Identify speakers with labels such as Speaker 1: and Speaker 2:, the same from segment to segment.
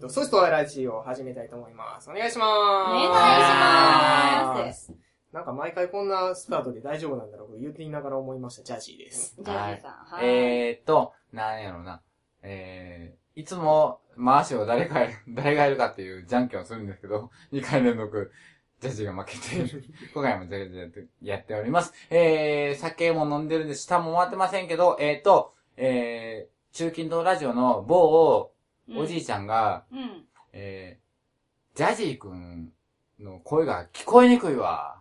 Speaker 1: と、ソースとワイラジオを始めたいと思います。お願いしまーす。。
Speaker 2: お願いします
Speaker 1: なんか毎回こんなスタートで大丈夫なんだろうと言っていながら思いました。ジャージーです。
Speaker 2: ジャージーさん。はい。
Speaker 3: えーっと、なんやろな。えー、いつも回しを誰がやる、 誰がやるかっていうじゃんけんをするんですけど、2回 連続、ジャッジが負けて いる。今回もジャッジやってやっております。えー、酒も飲んでるんで、下も回ってませんけど、えーっと、えー、中近東ラジオの某おじい
Speaker 2: ち
Speaker 3: ちゃんが、
Speaker 2: ゃん。うん。
Speaker 3: えー、ジャジーくんの声が聞こえにくいわ。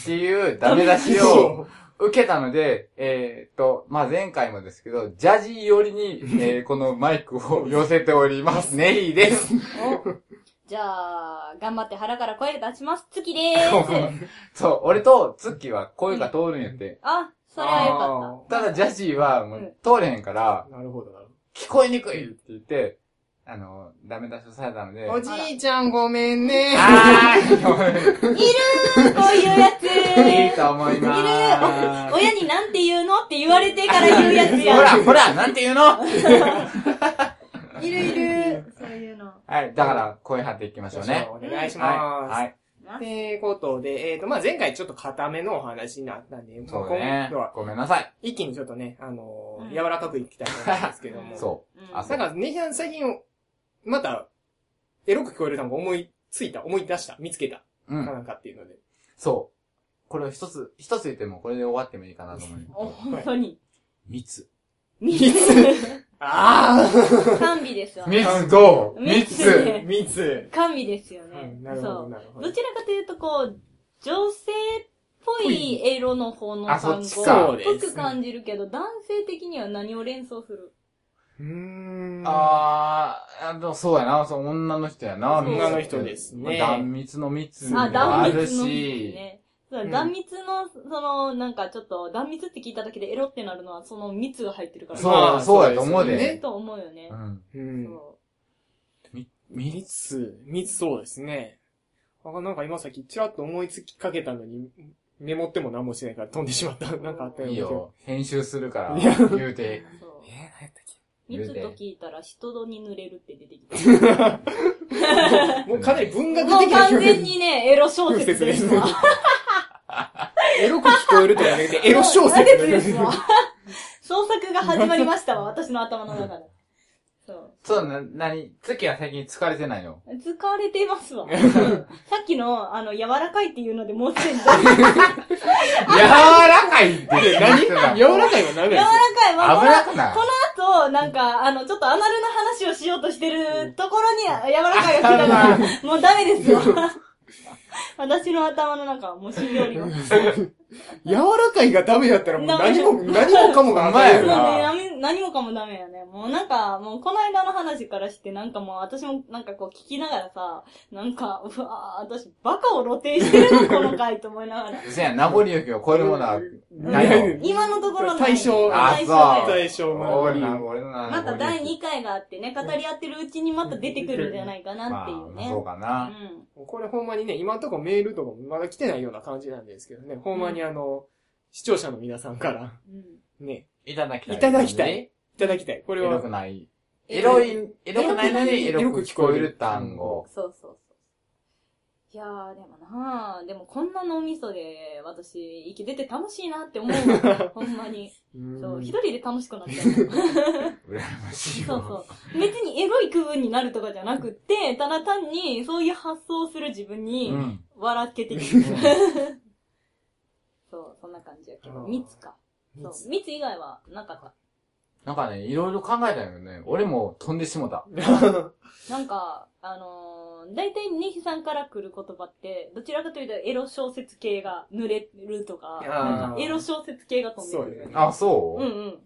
Speaker 3: っていうダメ出し を、受けたので、えーっと、まあ、前回もですけど、ジャジー寄りに、えーこのマイクを寄せております。ネリー です。
Speaker 2: おじゃあ、頑張って腹から声出します。月でーす。
Speaker 3: そう、俺とツッキーは声が通るんやって。
Speaker 2: あ、それはよかった
Speaker 3: だジャジーはもう通れへんから、
Speaker 1: なるほど、なる
Speaker 3: 聞こえにくいって言って、あの、ダメ出しをされたので。
Speaker 1: ほど。おじいちゃんごめんね
Speaker 3: あ
Speaker 2: た。いるーこういうやつ
Speaker 3: ーいい
Speaker 2: ー
Speaker 3: と思いまーす。
Speaker 2: 親になんて言うのって言われてから言うやつや。
Speaker 3: ほら、ほら、なんて言うの
Speaker 2: いるいる。そういうの。
Speaker 3: はい、だから、声張っていきましょうね。
Speaker 1: お願いします。
Speaker 3: はい、はい。
Speaker 1: ってことで、えっ、と、まあ、前回ちょっと固めのお話になったんで、まあ
Speaker 3: そうね
Speaker 1: 今度は。
Speaker 3: ごめんなさい。
Speaker 1: 一気にちょっとね、あのー
Speaker 2: うん
Speaker 1: 柔らかくいきたいと思うんですけど も。
Speaker 3: そう。
Speaker 2: うん
Speaker 3: あそ
Speaker 1: な
Speaker 3: うん
Speaker 1: か、ねひゃん最近、また、エロく聞こえる単語思いついた、思い出した、見つけた、
Speaker 3: うん
Speaker 1: か。なんかっていうので。
Speaker 3: そう。これを一つ、一つ言ってもこれで終わってもいいかなと思う。
Speaker 2: お、本当に。
Speaker 3: 密。
Speaker 2: 密。
Speaker 1: あ
Speaker 2: 甘美ですよね。
Speaker 3: 密どう
Speaker 2: 密
Speaker 3: 密
Speaker 1: あ密、
Speaker 2: 甘美ですよね
Speaker 1: うん。なるほ
Speaker 2: そう
Speaker 1: ど、。なるほ
Speaker 2: ど
Speaker 1: ど。
Speaker 2: ちらかというと、こう、女性っぽいエロの方の
Speaker 3: あ
Speaker 2: 単
Speaker 3: そっ
Speaker 2: 語
Speaker 3: ちか
Speaker 2: っぽく感じるけど、男性的には何を連想する
Speaker 1: うーん。
Speaker 3: あー、あの、そうやな、そう、女の人やな、
Speaker 2: そう
Speaker 3: 密
Speaker 1: 女の人ですね
Speaker 3: 断密の密
Speaker 1: うん
Speaker 2: あ、
Speaker 3: も
Speaker 2: 断
Speaker 3: あ
Speaker 2: 密の
Speaker 3: る
Speaker 2: 密
Speaker 3: し、
Speaker 2: ね。そう
Speaker 1: うん
Speaker 2: 断密の、その、なんかちょっと、断密って聞いただけでエロってなるのは、その密が入ってるから。
Speaker 3: そう
Speaker 1: まあ
Speaker 3: そうやと思うで
Speaker 1: そ
Speaker 2: ええ
Speaker 1: ね
Speaker 2: と思うよね
Speaker 3: う。ん。
Speaker 1: う
Speaker 2: そ
Speaker 1: ん。
Speaker 2: う
Speaker 3: 密
Speaker 1: 密、密そうですね。あ、なんか今さっきちらっと思いつきかけたのに、メモっても何もしないから飛んでしまった。なんかあったよう
Speaker 3: い
Speaker 1: ない気が
Speaker 3: よ。編集するから、
Speaker 1: いや
Speaker 3: 言う
Speaker 2: そう
Speaker 3: て。えー、何やったっけ
Speaker 2: 密と聞いたら、人戸に濡れるって出てきた。
Speaker 1: もうかなり文学
Speaker 2: もう
Speaker 1: 的な
Speaker 2: 完
Speaker 1: 表
Speaker 2: 全
Speaker 1: 現。
Speaker 2: にね、エロ小説ですわ。
Speaker 1: エロく聞こえるとかじゃなくて、エロ小説。
Speaker 2: ですわ。創作が始まりましたわ、私の頭の中で。そう。
Speaker 3: そう、な、なに、月は最近疲れてない の。
Speaker 2: 使われていますわ。うんさっきの、あの、柔らかいっていうのでもうすでに。柔ら
Speaker 3: 柔らかい って言っ
Speaker 1: 何
Speaker 3: て言って
Speaker 1: 柔
Speaker 3: た
Speaker 1: らかいは何なんですか
Speaker 2: かいは、こ
Speaker 3: 危なくない
Speaker 2: の後、なんか、あの、ちょっとアナルの話をしようとしてるところに、柔らかいが来たから、もうダメですよ。 私の頭の中はもう死んでおります。
Speaker 1: 柔らかいがダメだったらもう何も、
Speaker 2: ダ
Speaker 1: 何もかもが甘え
Speaker 2: もう
Speaker 1: る
Speaker 2: ね、
Speaker 3: ほんまや
Speaker 1: な。
Speaker 2: 何何もかもダメやね。もうなんか、もうこの間の話からして、なんかもう私もなんかこう聞きながらさ、なんか、うわぁ、私バカを露呈してるの、この回と思いな がら。
Speaker 3: せや、名残雪を超えるものは、
Speaker 1: ないの
Speaker 2: 今のところない
Speaker 1: 対象
Speaker 3: あ
Speaker 2: 対象
Speaker 3: そう
Speaker 2: や
Speaker 1: 対象の
Speaker 3: 俺な、俺のな。
Speaker 2: また第2回があってね、語り合ってるうちにまた出てくるんじゃないかなっていう
Speaker 3: まあ、
Speaker 2: ね
Speaker 3: そう。かな。
Speaker 1: これほんまにね、今のところメールとかもまだ来てないような感じなんですけどね、ほんまにあの、視聴者の皆さんから、
Speaker 2: うん。うん
Speaker 1: ね、
Speaker 3: いただきたい。
Speaker 1: いただきたい。いただきたい。こ
Speaker 3: エ
Speaker 1: れ
Speaker 3: ロ
Speaker 1: は
Speaker 3: く、ない。エロい、エロくないのにエロく聞こえる単語。
Speaker 2: そうそうそう。いやー、でもなー、でもこんな脳みそで私生きてて楽しいなって思う わ。ほんまに。
Speaker 1: うん
Speaker 2: そう、一人で楽しくなっちゃう。
Speaker 3: 羨ましい
Speaker 2: そう
Speaker 3: わ。
Speaker 2: そう。 別にエロい区分になるとかじゃなくって、ただ単にそういう発想をする自分に
Speaker 3: うん。
Speaker 2: 笑けてくる。 そう、そんな感じやけど。
Speaker 1: あー
Speaker 2: 密か。そう。密以外はなかっ
Speaker 3: なんかね、いろいろ考えたよね。俺も飛んでしもた。
Speaker 2: た。なんか、あのー、大体ネヒさんから来る言葉って、どちらかというとエロ小説系が濡れるとか、なんかエロ小説系が飛んでく
Speaker 1: そう
Speaker 2: る
Speaker 1: よ。ね
Speaker 3: あ、そううん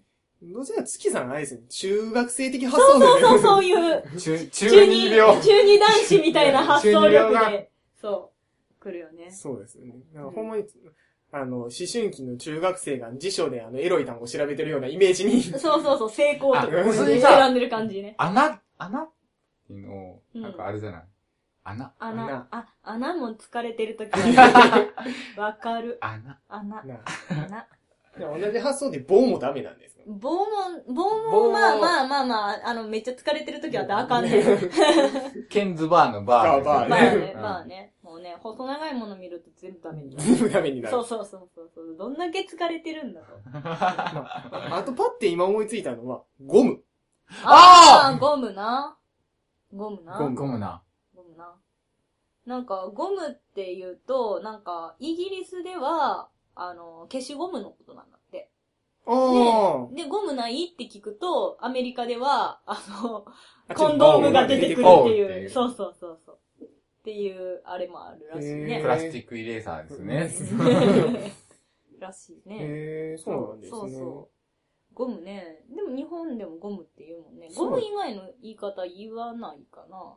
Speaker 1: どうせは月さんあれですね、中学生的発
Speaker 2: う
Speaker 1: 想
Speaker 2: ん。
Speaker 1: だ
Speaker 2: そうそ
Speaker 1: よ
Speaker 2: う
Speaker 1: ね。
Speaker 2: そういう、
Speaker 3: 中、
Speaker 2: 中
Speaker 3: 中
Speaker 2: 二、
Speaker 3: 二病。
Speaker 2: 中二男子みたいな発想
Speaker 3: 中二
Speaker 2: 力
Speaker 3: 病
Speaker 2: で、そう、来るよね。
Speaker 1: そうですね。なんかほんまに、あの、思春期の中学生が辞書であの、エロい単語を調べてるようなイメージに、
Speaker 2: そうそうそう、成功とか、
Speaker 3: あ
Speaker 2: ね、
Speaker 3: それさ
Speaker 2: 選んでる感じね。
Speaker 3: 穴、穴の、なんかあれじゃない穴。
Speaker 2: 穴
Speaker 1: 穴、
Speaker 2: あ、 穴も疲れてるときは、わかる。
Speaker 3: 穴。
Speaker 2: 穴、
Speaker 1: な
Speaker 2: 穴。
Speaker 1: でも同じ発想で棒もダメなんですか
Speaker 2: 棒も、棒
Speaker 3: 棒
Speaker 2: も、
Speaker 3: も
Speaker 2: まあまあまあまあ、あの、めっちゃ疲れてる時は あかんねん。
Speaker 3: ケンズバーのバー。
Speaker 1: バ
Speaker 2: まあね、
Speaker 3: うん
Speaker 2: まあね。もうね、細長いもの見ると全部ダメになる。
Speaker 1: 全部ダメに なる。
Speaker 2: そうそうそうそうそう。どんだけ疲れてるんだと。
Speaker 1: あとパって今思いついたのは、ゴム。
Speaker 2: ああゴムな。ゴムな。
Speaker 1: ゴム
Speaker 3: ゴムな。
Speaker 2: ゴムな。なんか、ゴムって言うと、なんか、イギリスでは、あの、消しゴムのことなんだって。
Speaker 1: あ
Speaker 2: で、ゴムないって聞くと、アメリカでは、あの、
Speaker 1: あ。
Speaker 2: コンドームが出てくるって
Speaker 3: 出てくるっ
Speaker 2: い
Speaker 3: ていう
Speaker 2: う。そうそうそうそう。っていう、あれもあるらしい
Speaker 1: へ
Speaker 3: プ
Speaker 1: ー
Speaker 2: ね。
Speaker 3: ラスチックイレーサーですね。
Speaker 2: らしいね。
Speaker 1: へえ、そうなんですね。
Speaker 2: そうそゴムね。でも日本でもゴムって言うもんね。
Speaker 1: そ
Speaker 2: ゴ
Speaker 1: う
Speaker 2: ム以外の言い方言わないかな。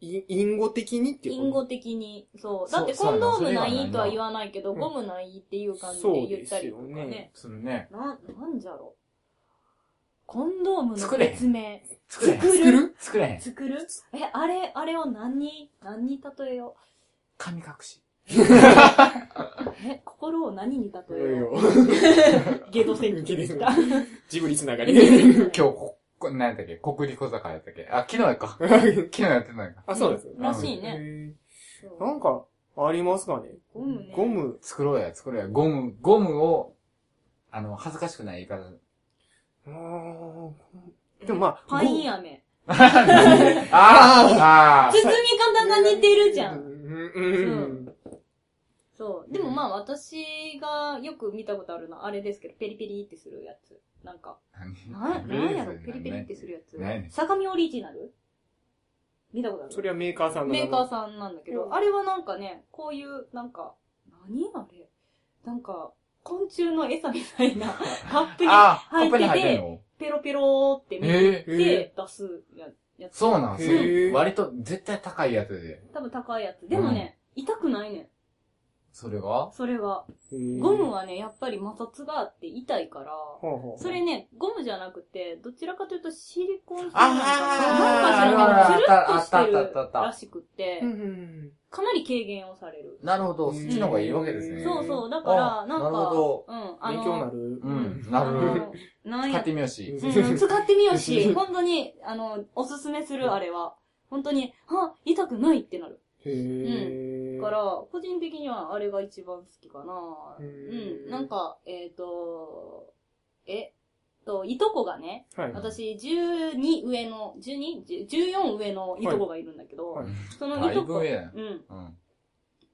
Speaker 1: い因語的にっていう
Speaker 2: 因
Speaker 1: こと
Speaker 2: 語的に。そう。
Speaker 3: そう
Speaker 2: だってコンドームな
Speaker 3: そうやない
Speaker 2: とは言わないけど、
Speaker 1: うん
Speaker 2: ゴムないっていう感じ
Speaker 1: そ
Speaker 2: で
Speaker 1: う
Speaker 2: 言
Speaker 1: で
Speaker 2: った
Speaker 1: す
Speaker 2: りと
Speaker 1: よ
Speaker 2: か
Speaker 1: ね
Speaker 2: ね。
Speaker 3: するね。
Speaker 2: な、なんじゃろう。コンドームの
Speaker 3: 作れへん
Speaker 2: 別名。
Speaker 3: 作れへん。
Speaker 2: 作る
Speaker 3: 作れへん。
Speaker 2: 作るえ、あれ、あれを何に、何に例えよ
Speaker 3: 神隠し。
Speaker 2: う。え、心を何に例
Speaker 1: い
Speaker 2: え
Speaker 1: やいや
Speaker 2: よう。 ゲド戦記でした。
Speaker 1: ジブリつながり。
Speaker 2: 今
Speaker 3: 今日、こ、こ何やったっけ国立小坂やったっけあ、昨日やか。昨日やってないか。
Speaker 1: あ、そうです。
Speaker 2: らしいね。
Speaker 1: ね。
Speaker 2: そう
Speaker 1: なんか、ありますかね
Speaker 2: ゴムね
Speaker 1: ゴム。
Speaker 3: 作ろうや、作ろうや。ゴム、ゴムを、あの、恥ずかしくない言い方。
Speaker 1: あ ーでもまあ
Speaker 2: パイン飴。
Speaker 3: あああ
Speaker 2: 包み方が似てるじゃ。
Speaker 1: うんん。うん。
Speaker 2: そう。でもまあ私がよく見たことあるのはあれですけど、ペリペリってするやつ。なんか、 な、なんやろ、ペリペリってするやつ。
Speaker 3: 何やねん
Speaker 2: 相模オリジナル見たことあ
Speaker 1: そ
Speaker 2: る
Speaker 1: れはメーカーさんの名
Speaker 2: メ
Speaker 1: 前。
Speaker 2: ーカーさんなんだけど、
Speaker 1: うん
Speaker 2: あれはなんかね、こういう、なんか、何あれなんか、昆虫の餌みたいなカップに
Speaker 3: ああ、カ
Speaker 2: 入
Speaker 3: ップに
Speaker 2: っ
Speaker 3: 入
Speaker 2: て
Speaker 3: ってん
Speaker 2: て、
Speaker 3: の
Speaker 2: ペロペローってめくっ
Speaker 3: ええ。
Speaker 2: て出すややつ。
Speaker 3: そうなんすよ
Speaker 1: へえ
Speaker 3: 割と絶対高いやつで。
Speaker 2: 多分高いやつ。でもね、痛くないねん。
Speaker 3: それが
Speaker 2: それは。ゴムはね、やっぱり摩擦があって痛いから、
Speaker 1: は
Speaker 2: それね、ゴムじゃなくて、どちらかというとシリコン製なのか
Speaker 1: あー
Speaker 2: ななんか知らんけど、つるっ
Speaker 3: あったあったあったあったあ
Speaker 2: としてるら
Speaker 3: った
Speaker 2: しくって
Speaker 1: う、ん。
Speaker 2: かなり軽減をされる。
Speaker 3: なるほど、そっちの方がいいわけです
Speaker 1: へ
Speaker 3: ね。
Speaker 1: ー
Speaker 2: そうそう、だから、なん
Speaker 3: なる
Speaker 2: か、
Speaker 3: ほ
Speaker 2: うん、あ
Speaker 1: 勉強にな
Speaker 2: の、
Speaker 1: る。
Speaker 3: うん、
Speaker 2: あ
Speaker 3: なるほど。
Speaker 2: の、なん
Speaker 3: 使っ
Speaker 2: や
Speaker 3: て、みようし。
Speaker 2: うん、使ってみようし、本当に、あの、おすすめするあれは、本当に、あ、痛くないってなる。
Speaker 1: へえ。
Speaker 2: から、個人的にはあれが一番好きかな
Speaker 1: う。ん
Speaker 2: うん、なん、か、えっ、と、えっと、いとこがね、
Speaker 1: はい。
Speaker 2: 私、12上の、12?14 上のいとこがいるんだけど、
Speaker 1: はい
Speaker 2: その
Speaker 3: だ
Speaker 2: い
Speaker 3: い
Speaker 2: と
Speaker 3: ぶ
Speaker 2: こ、
Speaker 3: 上やな。
Speaker 2: うん。
Speaker 3: うん。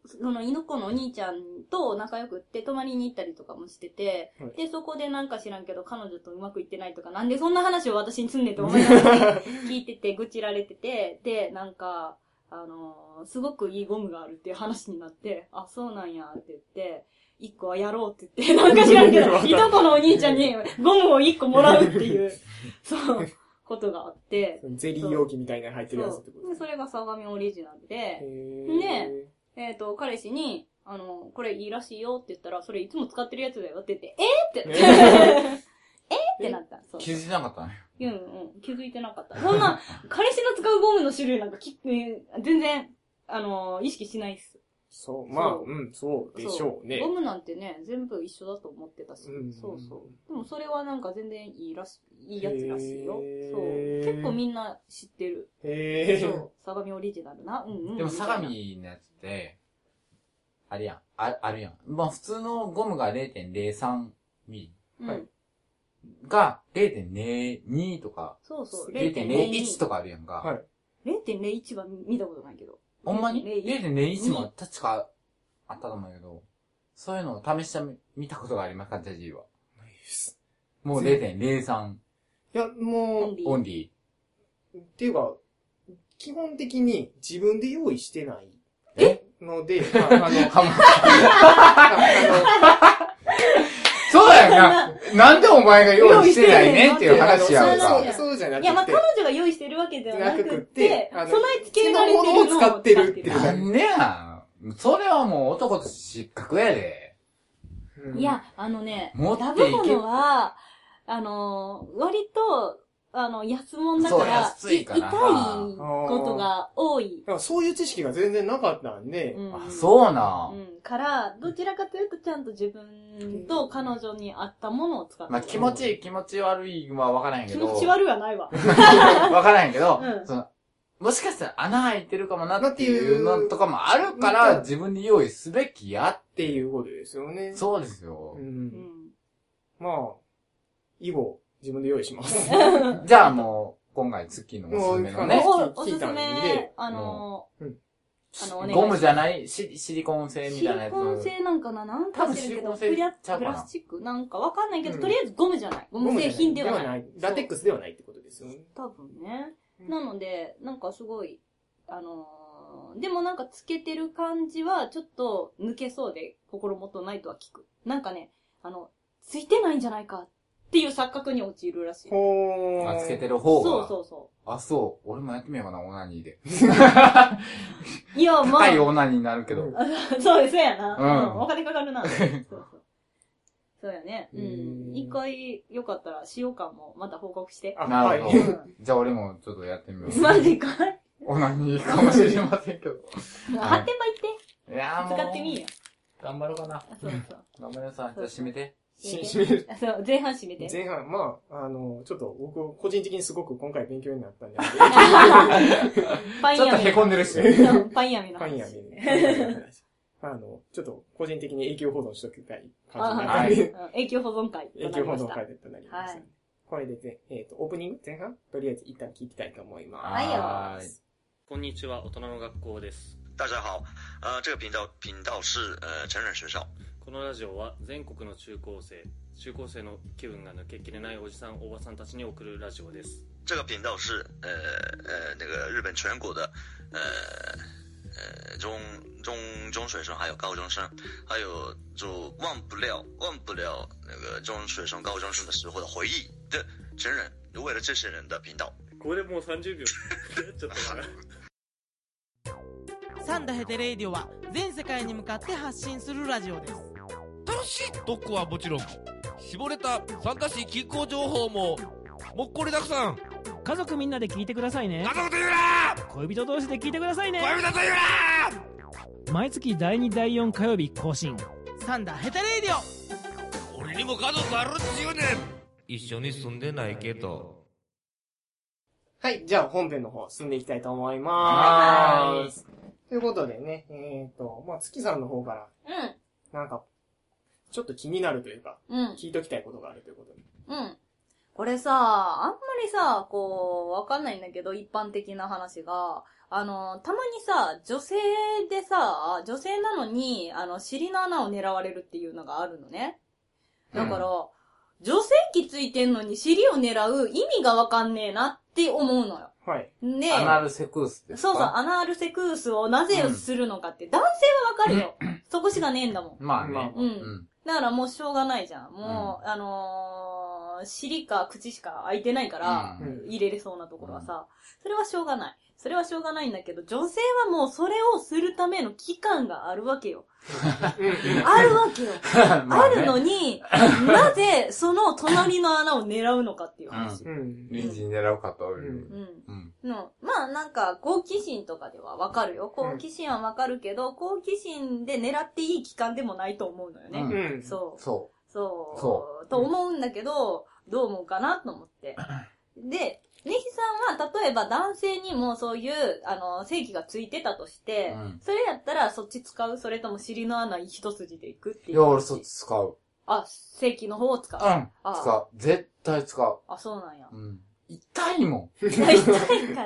Speaker 2: そのいとこのお兄ちゃんと仲良くって泊まりに行ったりとかもしてて、
Speaker 1: はい
Speaker 2: で、そこでなんか知らんけど彼女とうまくいってないとか、なんでそんな話を私にすんねんと思いながら聞いてて、愚痴られてて、で、なんか、あのーすごくいいゴムがあるっていう話になって、あ、そうなんやって言って、一個はやろうって言って、 なんか知らん け
Speaker 1: わか
Speaker 2: ど、
Speaker 1: る
Speaker 2: いとこのお兄ちゃんにゴムを一個もらうっていう、 そう、ことがあって、
Speaker 1: ゼリー容器みたいなの入って
Speaker 2: そ
Speaker 1: るやつって
Speaker 2: う
Speaker 1: こと。
Speaker 2: でそれが相模オリジナルで、
Speaker 1: ね
Speaker 2: えっ、と、彼氏に、あの、これいいらしいよって言ったら、それいつも使ってるやつだよって言って、 えー、って、えー、ってなった。そう。
Speaker 3: 気づいてなかったね。
Speaker 2: うんうん。気づいてなかった。そんな、彼氏の使うゴムの種類なんかき、えー全然、あのー意識しないっす。
Speaker 1: そう、まあ、
Speaker 2: そう
Speaker 1: うん、そうでしょうね
Speaker 2: ゴ。ムなんてね、全部一緒だと思ってたし。
Speaker 1: うん
Speaker 2: そうそう。でもそれはなんか全然いいらし、いいやつらしいよ
Speaker 1: へ。ー
Speaker 2: そう。結構みんな知ってる。
Speaker 1: へ
Speaker 2: そ
Speaker 1: え。
Speaker 2: う。相模オリジナルな。うんうんうん。
Speaker 3: でも、相模のやつって、あれやん。あ、あるやん。まあ、普通のゴムが0.03ミ
Speaker 2: う
Speaker 1: はい
Speaker 2: ん。
Speaker 3: リが0.02とか、
Speaker 2: そうそう。
Speaker 3: 0.01とかあるやんか。
Speaker 1: はい
Speaker 2: 0.01は見たことないけど。
Speaker 3: ほんまに
Speaker 2: 0.01
Speaker 3: ?0.01 も確かあったと思うんだけど、そういうのを試してみ見たことがありますかジャジーは。
Speaker 1: ないです
Speaker 3: もう0.03
Speaker 1: いや、
Speaker 2: オ
Speaker 1: も
Speaker 2: ン
Speaker 1: う、
Speaker 2: リー。
Speaker 3: オンリ
Speaker 1: っていうか、基本的に自分で用意してない
Speaker 3: ー。え
Speaker 1: ので、まあ、あの、
Speaker 3: ハム
Speaker 1: あ
Speaker 3: そうやんな。なんでお前が用意してないねんっていう話
Speaker 1: の
Speaker 3: やん
Speaker 1: そう
Speaker 3: か
Speaker 1: そう。そうじゃなく
Speaker 2: い
Speaker 1: て
Speaker 2: や、まあ、彼女が用意してるわけではな
Speaker 1: な
Speaker 2: く
Speaker 1: くて
Speaker 2: て、
Speaker 1: あの
Speaker 2: 備え付けられてるのを
Speaker 1: 好きなものを使ってるってい
Speaker 2: 使っ
Speaker 3: なんでやん。それはもう男として失格やで。
Speaker 1: う
Speaker 2: て
Speaker 1: ん
Speaker 2: るいや、あのね、
Speaker 3: 持っ
Speaker 2: ラ
Speaker 3: て
Speaker 2: ブ
Speaker 3: い
Speaker 2: ホ
Speaker 3: け
Speaker 2: のは、あのー割と、あの、安物だから、
Speaker 3: そう安いから
Speaker 2: い痛いことが多い。
Speaker 1: からそういう知識が全然なかったんで、
Speaker 2: うん
Speaker 3: あ、そうな。
Speaker 2: うんん。から、どちらかというと、ちゃんと自分と彼女に合ったものを使ってる。
Speaker 3: まあ、気持ちいい、気持ち悪いは分からへんけ
Speaker 2: 気
Speaker 3: ど。
Speaker 2: 持ち悪いはないわ。
Speaker 3: わからんけど、
Speaker 2: うん
Speaker 3: その、もしかしたら穴開いてるかもなっていうのとかもあるから、自分で用意すべきや。
Speaker 1: っていうことですよね。
Speaker 3: そうですよ
Speaker 1: う。。
Speaker 2: うんん。
Speaker 1: まあ、以後、自分で用意し ます。
Speaker 3: じゃあもう、今回、月のおすすめの
Speaker 1: も
Speaker 3: ね、
Speaker 2: おお
Speaker 1: 聞
Speaker 2: す
Speaker 1: いた
Speaker 2: す
Speaker 1: んで
Speaker 2: め、あの、あのお願いします
Speaker 3: ゴムじゃないシシリコン製み
Speaker 2: シ
Speaker 3: たい
Speaker 2: リ
Speaker 3: なやつ。
Speaker 2: コン製なんかななんかしてるけど、
Speaker 3: 多分シ
Speaker 2: プ
Speaker 3: リコン製
Speaker 2: ラ
Speaker 3: ちゃう
Speaker 2: プ
Speaker 3: かな
Speaker 2: ラスチックなんかわかんないけど、
Speaker 1: うん
Speaker 2: とりあえずゴムじゃない。ゴム製品ではない。
Speaker 1: い。ラテックスではないってことですよね。
Speaker 2: 多分ね。
Speaker 1: うん
Speaker 2: なので、なんかすごい、あのーでもなんかつけてる感じはちょっと抜けそうで心もとないとは聞く。なんかね、あの、ついてないんじゃないかっていう錯覚に陥るらしい。
Speaker 1: ほ
Speaker 3: あつけて
Speaker 1: る。
Speaker 3: る
Speaker 2: そ
Speaker 3: 方
Speaker 2: う
Speaker 3: が。
Speaker 2: そうそ
Speaker 3: あ、そう。俺もやってみようかな、オナニ ーで。
Speaker 2: う。いや、ま
Speaker 3: 高い
Speaker 2: あ、
Speaker 3: オナニーになるけど。
Speaker 2: そうです、そうやな。
Speaker 3: うん
Speaker 2: うん。お金かかるな。そうそう。そうやね。う。
Speaker 1: うんん
Speaker 2: 一回、よかったら、使用感もまた報告して。
Speaker 1: あ、
Speaker 3: な
Speaker 1: は
Speaker 3: るほ
Speaker 2: う
Speaker 1: い。
Speaker 3: ど
Speaker 2: ん。
Speaker 3: じゃあ俺もちょっとやってみよう。
Speaker 2: マジか。
Speaker 3: オナニーかもしれませんけど。
Speaker 2: 発展場行って。
Speaker 3: いやーもう。
Speaker 2: 使ってみいよ。
Speaker 3: 頑張ろうかな。
Speaker 2: そうそう。
Speaker 3: 頑張りなさい。じゃあ閉めて。
Speaker 1: し締める。
Speaker 2: そう、前半締めて。
Speaker 1: 前半、まあ、あの、ちょっと僕、個人的にすごく今回勉強になったんで、
Speaker 2: パン
Speaker 3: ちょっと
Speaker 2: 屋
Speaker 3: 凹んでるし。
Speaker 2: そうパンやめの
Speaker 1: パン
Speaker 2: 話。
Speaker 1: 屋で、あの、ちょっと個人的に永久保存しときたい感じになったん
Speaker 2: あはい
Speaker 1: で、
Speaker 2: うん永久保存会。
Speaker 1: 永久保存会でとなりました。
Speaker 2: はい
Speaker 1: これでぜ、えっ、と、オープニング前半とりあえず一旦聞きたいと思います。
Speaker 2: はいよ
Speaker 3: はーい
Speaker 4: こんにちは、大人の学校です。
Speaker 5: 大家好，呃，这个频道频道是呃成人学校，
Speaker 4: このラジオは全国の中高生、中高生の気分が抜けきれないおじさん、おばさんたちに送るラジオです。
Speaker 5: 这个频道是呃呃那个日本全国的呃呃中中中学生还有高中生，还有就忘不了忘不了那个中学生高中生的时候的回忆的成人，为了这些人的频道。
Speaker 4: これもう30秒。 ちょっと待って
Speaker 6: サンダヘテレイディオは全世界に向かって発信するラジオです
Speaker 7: 楽しい特攻はもちろん絞れた参加し気候情報ももっこりたくさん
Speaker 8: 家族みんなで聞いてくださいね
Speaker 7: 家族と言うな
Speaker 8: 恋人同士で聞いてくださいね
Speaker 7: 恋人と言うな
Speaker 8: 毎月第2第4火曜日更新
Speaker 6: サンダヘテレイディオ
Speaker 7: 俺にも家族あるっちゅうねん一緒に住んでないけど
Speaker 1: はい、じゃあ本編の方進んでいきたいと思いま
Speaker 3: はーい
Speaker 1: ーす。ということでね、えっ、と、まあ、月さんの方から、なんか、ちょっと気になるというか、
Speaker 2: うん。うん。
Speaker 1: 聞いときたいことがあるということで。
Speaker 2: うん。これさ、あんまりさ、こう、わかんないんだけど、一般的な話が、あの、たまにさ、女性でさ、女性なのに、あの、尻の穴を狙われるっていうのがあるのね。だから、女性器ついてんのに尻を狙う意味がわかんねえなって思うのよ。
Speaker 1: はい。
Speaker 2: ねえ。
Speaker 3: アナルセクースですか
Speaker 2: そうそう、アナールセクースをなぜするのかって、男性はわかる よ。そこしかねえんだもん。
Speaker 3: まあね。
Speaker 1: ま
Speaker 2: う。
Speaker 3: うんん。
Speaker 2: だからもうしょうがないじゃん。もう、あのー、尻か口しか開いてないから、
Speaker 3: うん
Speaker 2: 入れれそうなところはさ、それはしょうがない。それはしょうがないんだけど、女性はもうそれをするための期間があるわけよ。あるわけよ。 あるの
Speaker 3: に。
Speaker 2: に、なぜその隣の穴を狙うのかっていう話。
Speaker 1: うん。
Speaker 3: 臨時に狙うかと。う
Speaker 1: うん
Speaker 3: ん。
Speaker 2: うん
Speaker 3: うん。
Speaker 2: の、まあなんか、好奇心とかではわかるよ。好奇心はわかるけど、好奇心で狙っていい期間でもないと思うのよ
Speaker 3: う
Speaker 2: ね。
Speaker 1: うん。
Speaker 2: そう。
Speaker 3: そ
Speaker 2: そう。
Speaker 3: そ
Speaker 2: と思うんだけど、どう思うかなと思って。で、ネヒさんは、例えば男性にもそういう、あの、正規がついてたとし
Speaker 3: う。う
Speaker 2: て、
Speaker 3: ん。
Speaker 2: それやったらそっち使うそれとも尻の穴一筋でいくって
Speaker 3: い
Speaker 2: いう。
Speaker 3: や、俺そっち使う。
Speaker 2: あ、正規の方を使う。
Speaker 3: うん。使
Speaker 2: あ
Speaker 3: う。絶対使う。
Speaker 2: あ、そうなんや。
Speaker 3: うん。痛 いも
Speaker 2: 痛いか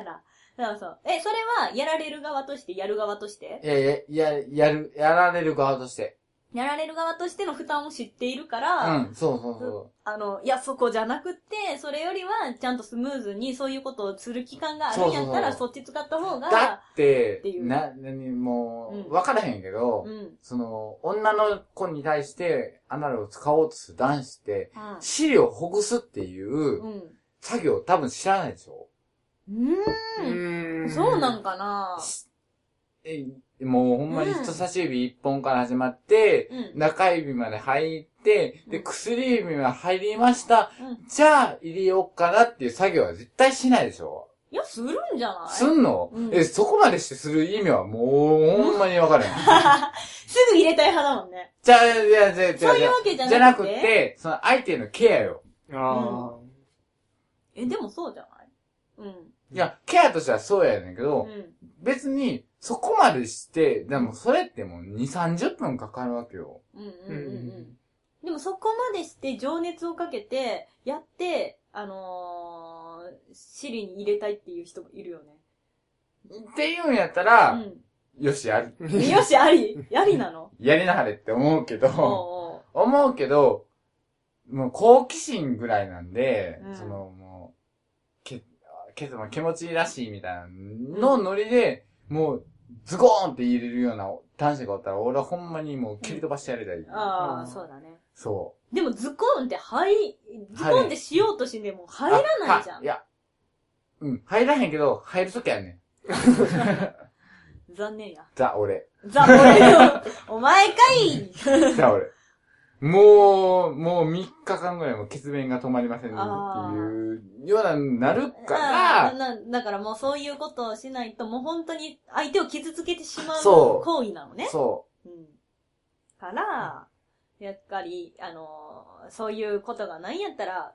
Speaker 2: ら。そうそう。え、それは、やられる側として、やる側として
Speaker 3: ん。いやいや、や、やる、やられる側として。
Speaker 2: やられる側としての負担を知っているか
Speaker 3: う
Speaker 2: ら、
Speaker 3: ん。そうそうそ
Speaker 2: あの、いや、そこじゃなくって、それよりは、ちゃんとスムーズにそういうことをする期間があるんやったら、
Speaker 3: そ
Speaker 2: そっち使った方
Speaker 3: う。だ
Speaker 2: が、
Speaker 3: って
Speaker 2: ってい、う
Speaker 3: な、なに、も
Speaker 2: うん
Speaker 3: う、わからへんけど
Speaker 2: う、ん。うん。
Speaker 3: その、女の子に対して、アナルを使おうとする男子って、資料をほぐすっていう
Speaker 2: う、ん。
Speaker 3: 作業多分知らないでしょ
Speaker 2: うーん。
Speaker 1: うん。
Speaker 2: そうなんかな
Speaker 3: しえもうほんまに人差し指一本から始まって、
Speaker 2: うん。
Speaker 3: 中指まで入って、で、
Speaker 2: うん
Speaker 3: 薬指まで入りました。
Speaker 2: うん
Speaker 3: じゃあ、入れようかなっていう作業は絶対しないでしょ。
Speaker 2: いや、 するんじゃない
Speaker 3: すんの、
Speaker 2: うん
Speaker 3: え、そこまでしてする意味はもう、ほんまにわからへん。
Speaker 2: すぐ入れたい派だもんね。
Speaker 3: じゃあ、じゃあ、じゃあ、じ
Speaker 2: そ
Speaker 3: ゃあ、
Speaker 2: うい
Speaker 3: じゃ
Speaker 2: う
Speaker 3: あ
Speaker 2: わけじ
Speaker 3: じ
Speaker 2: ゃ
Speaker 3: ゃな
Speaker 2: なく
Speaker 3: く
Speaker 2: て。
Speaker 3: て、その相手へのケアよ。
Speaker 1: ああ。
Speaker 2: え、でもそうじゃないうん。
Speaker 3: いや、ケアとしてはそうやねんけ
Speaker 2: う
Speaker 3: ど、
Speaker 2: ん。
Speaker 3: 別に、そこまでして、でもそれってもう2、30分かかるわけよ。
Speaker 2: うんうん
Speaker 1: う
Speaker 2: うんん
Speaker 1: う
Speaker 2: うん
Speaker 1: ん。
Speaker 2: でもそこまでして情熱をかけて、やって、あのー、尻に入れたいっていう人いるよね。
Speaker 3: っていうんやったら、
Speaker 2: う
Speaker 3: よし、やり、
Speaker 2: ん。よし、ありありなの
Speaker 3: やりなはれって思うけど、
Speaker 2: おうおう
Speaker 3: 思うけど、もう好奇心ぐらいなんで、
Speaker 2: うん
Speaker 3: そのもう、け、けどまあ気持ちいいらしいみたいなのノリで、もう、ズコーンって入れるような男子がおったら、俺はほんまにもう蹴り飛ばしてやりたい。
Speaker 2: あ
Speaker 1: う
Speaker 2: あ、
Speaker 1: ん
Speaker 2: そうだね。
Speaker 3: そ
Speaker 2: でもズコンって入り、ズコンってしようとしてでも
Speaker 3: う。
Speaker 2: 入らないじ
Speaker 3: あ
Speaker 2: ゃ
Speaker 3: は
Speaker 2: ん
Speaker 3: い。や、うん、入らへんけど、入るときはね。
Speaker 2: 残念や。
Speaker 3: ザ、俺。
Speaker 2: ザ・俺よ。 お前かい
Speaker 3: じゃあ俺。もう、もう3日間ぐらいもう血便が止まりませんっていうようななる
Speaker 2: あ
Speaker 3: か
Speaker 2: ーなだからもうそういうことをしないと、もう本当に相手を傷つけてしまう
Speaker 3: そう
Speaker 2: 行為なのね
Speaker 3: ら、。そ
Speaker 2: うん。から、やっぱり、あのーそういうことがないんやったら、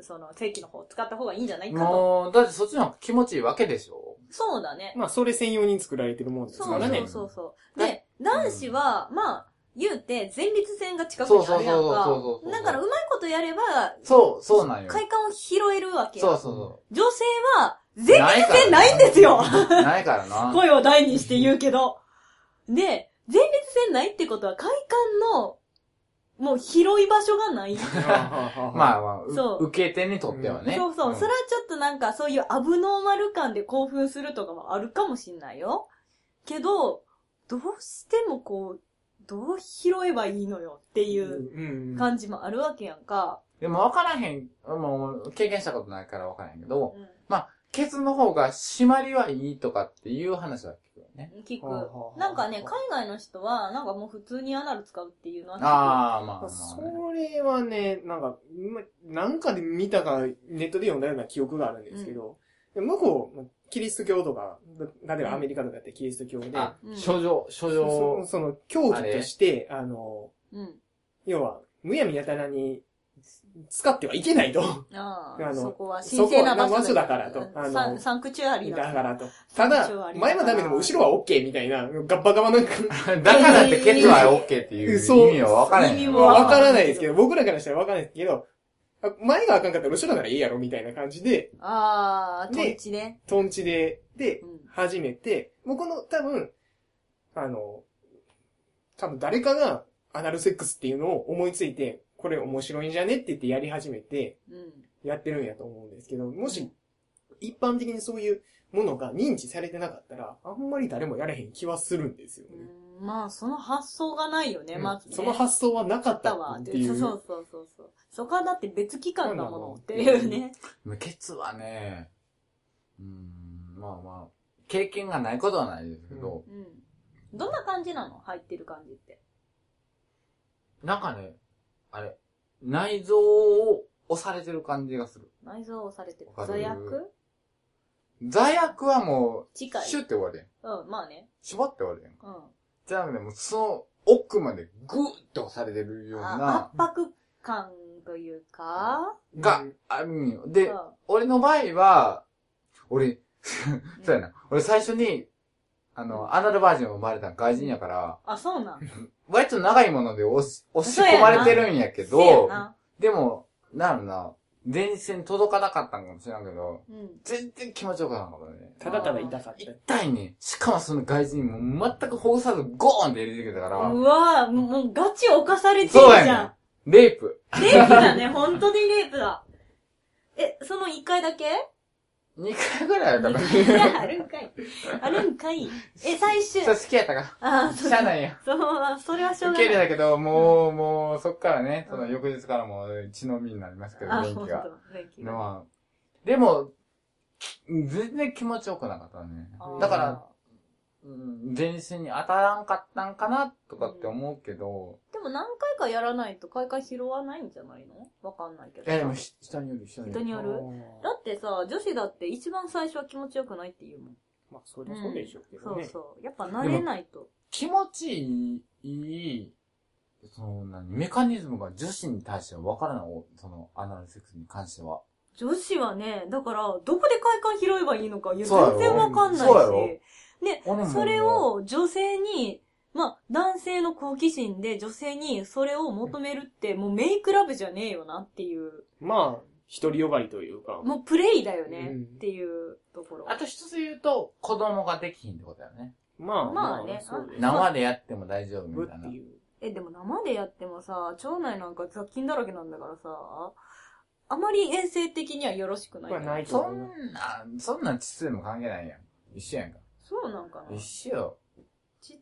Speaker 2: その、正規の方を使った方がいいんじゃな
Speaker 3: う。
Speaker 2: いかと。
Speaker 3: もう、だってそっちの方が気持ちいいわけでしょ
Speaker 2: そうだね。
Speaker 1: まあ、それ専用に作られてるもんです
Speaker 2: そ
Speaker 1: か
Speaker 2: う
Speaker 1: ら
Speaker 2: そ
Speaker 1: ね
Speaker 2: う。そうそう。
Speaker 3: だ
Speaker 2: で、男子は、まあ、言うて、前立腺が近く
Speaker 3: そう
Speaker 2: にあ
Speaker 3: そう
Speaker 2: る
Speaker 3: そう
Speaker 2: やん
Speaker 3: そう
Speaker 2: か
Speaker 3: そうそう。
Speaker 2: だから、うまいことやれば、
Speaker 3: そう、そうなんよ。
Speaker 2: 快感を拾えるわけや
Speaker 3: そうそうそ
Speaker 2: 女性は、
Speaker 3: う。
Speaker 2: 前立腺ないんですよ
Speaker 3: ないから な。
Speaker 2: 声を大にして言うけど。で、前立腺ないってことは、快感の、もう広い場所が ない。
Speaker 3: ま
Speaker 1: まあ、。
Speaker 3: あまあ、
Speaker 2: そう
Speaker 3: う受け手にとってはね。
Speaker 2: そうそう。それはちょっとなんか、そういうアブノーマル感で興奮するとかもあるかもしんないよ。けど、どうしてもこう、どう拾えばいいのよっていううん感じもあるわけやんか。
Speaker 3: でも分からへん、もう経験したことないから分からへんけど、
Speaker 2: う
Speaker 3: ケツの方が締まりはいいとかっていう話は聞くよね。
Speaker 2: ん。聞
Speaker 1: はあは
Speaker 2: く。
Speaker 1: あ
Speaker 2: なんかね、海外の人は、なんかもう普通にアナル使うっていうのは聞く
Speaker 3: ああ、まあまあ、ね。
Speaker 1: それはね、なんか、まなんかで見たか、ネットで読んだような記憶があるんですけど、で向こうま、キリスト教とか、例えばアメリカとかってキリスト教で、
Speaker 3: あ
Speaker 2: う、ん
Speaker 3: 諸女、諸
Speaker 1: そ
Speaker 3: 女。
Speaker 1: その、教義として、あの、
Speaker 2: うん。
Speaker 1: 要は、むやみやたらに使ってはいけないと。
Speaker 2: あ
Speaker 1: あ
Speaker 2: あ、
Speaker 1: の
Speaker 2: そこは神聖な場所
Speaker 1: そこは場所だからと
Speaker 2: サ
Speaker 1: あ
Speaker 2: ン
Speaker 1: の
Speaker 2: サンクチュアリー
Speaker 1: だ
Speaker 2: だ
Speaker 1: からと。ただ
Speaker 2: 一応あ、りだか
Speaker 1: 前
Speaker 2: ら
Speaker 1: はダメでも後ろは OK みたいな、ガッバガバなんか、
Speaker 3: だからってケツは OK っていう意味は分からへん
Speaker 2: 意味
Speaker 3: よ
Speaker 2: も
Speaker 3: な。
Speaker 1: まあわ
Speaker 2: 分
Speaker 1: からないですけど、僕らからしたらわからないですけど、あ前があかんかったら後ろならいいやろみたいな感じで、
Speaker 2: ああ、
Speaker 1: で
Speaker 2: トンチね。
Speaker 1: トンチで、で
Speaker 2: う、ん
Speaker 1: 始めて、もうこの多分、あの、多分誰かがアナルセックスっていうのを思いついて、これ面白いんじゃねって言ってやり始めて、
Speaker 2: うん。
Speaker 1: やってるんやと思うんですけど、も
Speaker 2: う
Speaker 1: し
Speaker 2: ん、
Speaker 1: 一般的にそういうものが認知されてなかったら、あんまり誰もやれへん気はするんですよね。
Speaker 2: うんまあ、その発想がないよね、
Speaker 1: うん
Speaker 2: まず、ね。
Speaker 1: その発想はなかった
Speaker 2: 想は
Speaker 1: っ
Speaker 2: そ
Speaker 1: ていうう。
Speaker 2: そうそうそうそう。そこはだって別機関だものっていうね。
Speaker 3: ケツはね、うーん、まあまあ、経験がないことはないですけど、
Speaker 2: うん。どんな感じなの入ってる感じって。
Speaker 3: なんかね、あれ、内臓を押されてる感じがする。
Speaker 2: 内臓を押されてる
Speaker 3: わ。かる
Speaker 2: 座薬
Speaker 3: 罪悪はもう、
Speaker 2: 近い。
Speaker 3: シュって終わりやん。
Speaker 2: うん、まあね。
Speaker 3: 絞って終わりやんか。
Speaker 2: うん。
Speaker 3: じゃなくて、もうその奥までグーッと押されてるよう
Speaker 2: あ
Speaker 3: な、
Speaker 2: 圧迫感というか、
Speaker 3: が
Speaker 1: うん
Speaker 3: あるんよ。
Speaker 2: う
Speaker 3: で、
Speaker 2: ん。
Speaker 3: 俺の場合は、俺、そうやな。俺最初に、あの、アナルバージンを生まれたの外人やから、
Speaker 2: あ、そうなん。
Speaker 3: 割と長いもので押し、押し込まれてるんやけ
Speaker 2: せや
Speaker 3: ど、
Speaker 2: な。
Speaker 3: でも、なんやろな、前日に届かなかったんかもしれんけど、
Speaker 2: うん。
Speaker 3: 全然気持ちよくなかったね。
Speaker 1: ただただ痛かった。
Speaker 3: 痛いね。しかもその外人も全くほぐさずゴーンって入れてきたから
Speaker 2: う、わぁ、もうもうガチ犯されてるじ
Speaker 3: そうやね
Speaker 2: ゃん
Speaker 3: ん。。レイプ。
Speaker 2: レイプだね、本当にレイプだ。え、その一回だけ
Speaker 3: 2回ぐらいやったから。
Speaker 2: いやあるんかい。あるんかい。 え、最終
Speaker 3: そ。れ好きやったか
Speaker 2: あー、
Speaker 3: ら。
Speaker 2: そ
Speaker 3: し
Speaker 2: う
Speaker 3: ゃあないや。
Speaker 2: そう、それはしょう
Speaker 3: 受
Speaker 2: が
Speaker 3: け入れ
Speaker 2: ない。
Speaker 3: だけど、もう、もう、そっからね、
Speaker 2: う
Speaker 3: そ
Speaker 2: ん
Speaker 3: の翌日からもう血のみになりますけど、
Speaker 2: あ、
Speaker 3: 元
Speaker 2: ほん
Speaker 3: 気
Speaker 2: と
Speaker 3: が。、
Speaker 2: 元気が。
Speaker 3: まあ、でも、き全然気持ちよくなかったね
Speaker 2: あー。
Speaker 3: だから、、うん前線に当たらんかったんかなとかって思うけど、
Speaker 2: でも何回かやらないと開花拾わないんじゃないのわかんないけど。
Speaker 3: いやでもひ人による人によ
Speaker 2: 人に
Speaker 3: る。
Speaker 2: よるだってさ、女子だって一番最初は気持ちよくないって言うもん。
Speaker 1: まあ、そりゃそうでしょうけ
Speaker 2: そ
Speaker 1: ど
Speaker 2: う
Speaker 1: ね。
Speaker 2: そう。やっぱ慣れないと。
Speaker 3: 気持ちいい、その何、メカニズムが女子に対しては分からない、おそのアナルセックスに関しては。
Speaker 2: 女子はね、だから、どこで快感拾えばいいのか、いや
Speaker 3: そうやろ
Speaker 2: 全然わかんない
Speaker 3: そうやろ俺
Speaker 2: し。
Speaker 3: も
Speaker 2: それを女性に、まあ、男性の好奇心で女性にそれを求めるって、もうメイクラブじゃねえよなっていう。
Speaker 1: まあ、独りよがりというか。
Speaker 2: もうプレイだよね
Speaker 1: うん
Speaker 2: っていうところ。
Speaker 3: あと一つ言うと、子供ができひんってことだよね。
Speaker 1: まあ、
Speaker 2: まあね
Speaker 1: そうです。
Speaker 3: 生でやっても大丈夫みたい
Speaker 1: って
Speaker 3: な。
Speaker 1: いう。
Speaker 2: え、でも生でやってもさ、腸内なんか雑菌だらけなんだからさ、あまり衛生的にはよろしくない
Speaker 1: まあ、ないと
Speaker 3: そ
Speaker 1: 思います。
Speaker 3: ん な、そんなん地数も関係ないやん。一緒やんか。
Speaker 2: そうなんかな。
Speaker 3: 一緒よ。
Speaker 2: 実、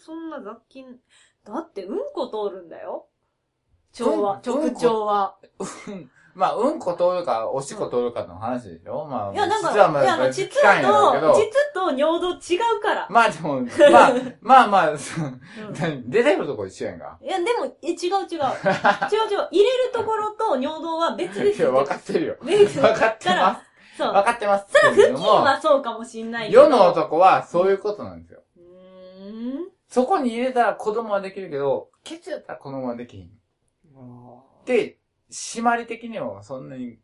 Speaker 2: そんな雑菌。だって、うんこ通るんだよ。腸は、
Speaker 3: うん
Speaker 2: 直腸は。
Speaker 3: まあ、うんこ通るか、おしっこ通るかの話でしょ、まあ、
Speaker 2: いや、なんか、
Speaker 3: 実はま
Speaker 2: いや、あ
Speaker 3: だ
Speaker 2: の、膣
Speaker 3: 聞かんやろうけ
Speaker 2: と、
Speaker 3: ど。
Speaker 2: 膣と尿道違うから。
Speaker 3: まあでも、ま あ、まあまあ、
Speaker 2: うん
Speaker 3: 出てくるとこ一緒やんか。
Speaker 2: いや、でも、え、違う違う。違う違う。入れるところと尿道は別で
Speaker 3: い
Speaker 2: すよ
Speaker 3: や、。分かって るよ。
Speaker 2: 別
Speaker 3: 分かってます。
Speaker 2: そう。
Speaker 3: 分かってます。
Speaker 2: そら、
Speaker 3: けれ
Speaker 2: 付
Speaker 3: ど
Speaker 2: 近
Speaker 3: も
Speaker 2: はそうかもしんないけど。
Speaker 3: 世の男はそういうことなんですよ。
Speaker 2: うーん。
Speaker 3: そこに入れたら子供はできるけど、ケチだったら子供はできひん。で、締まり的にはそんなに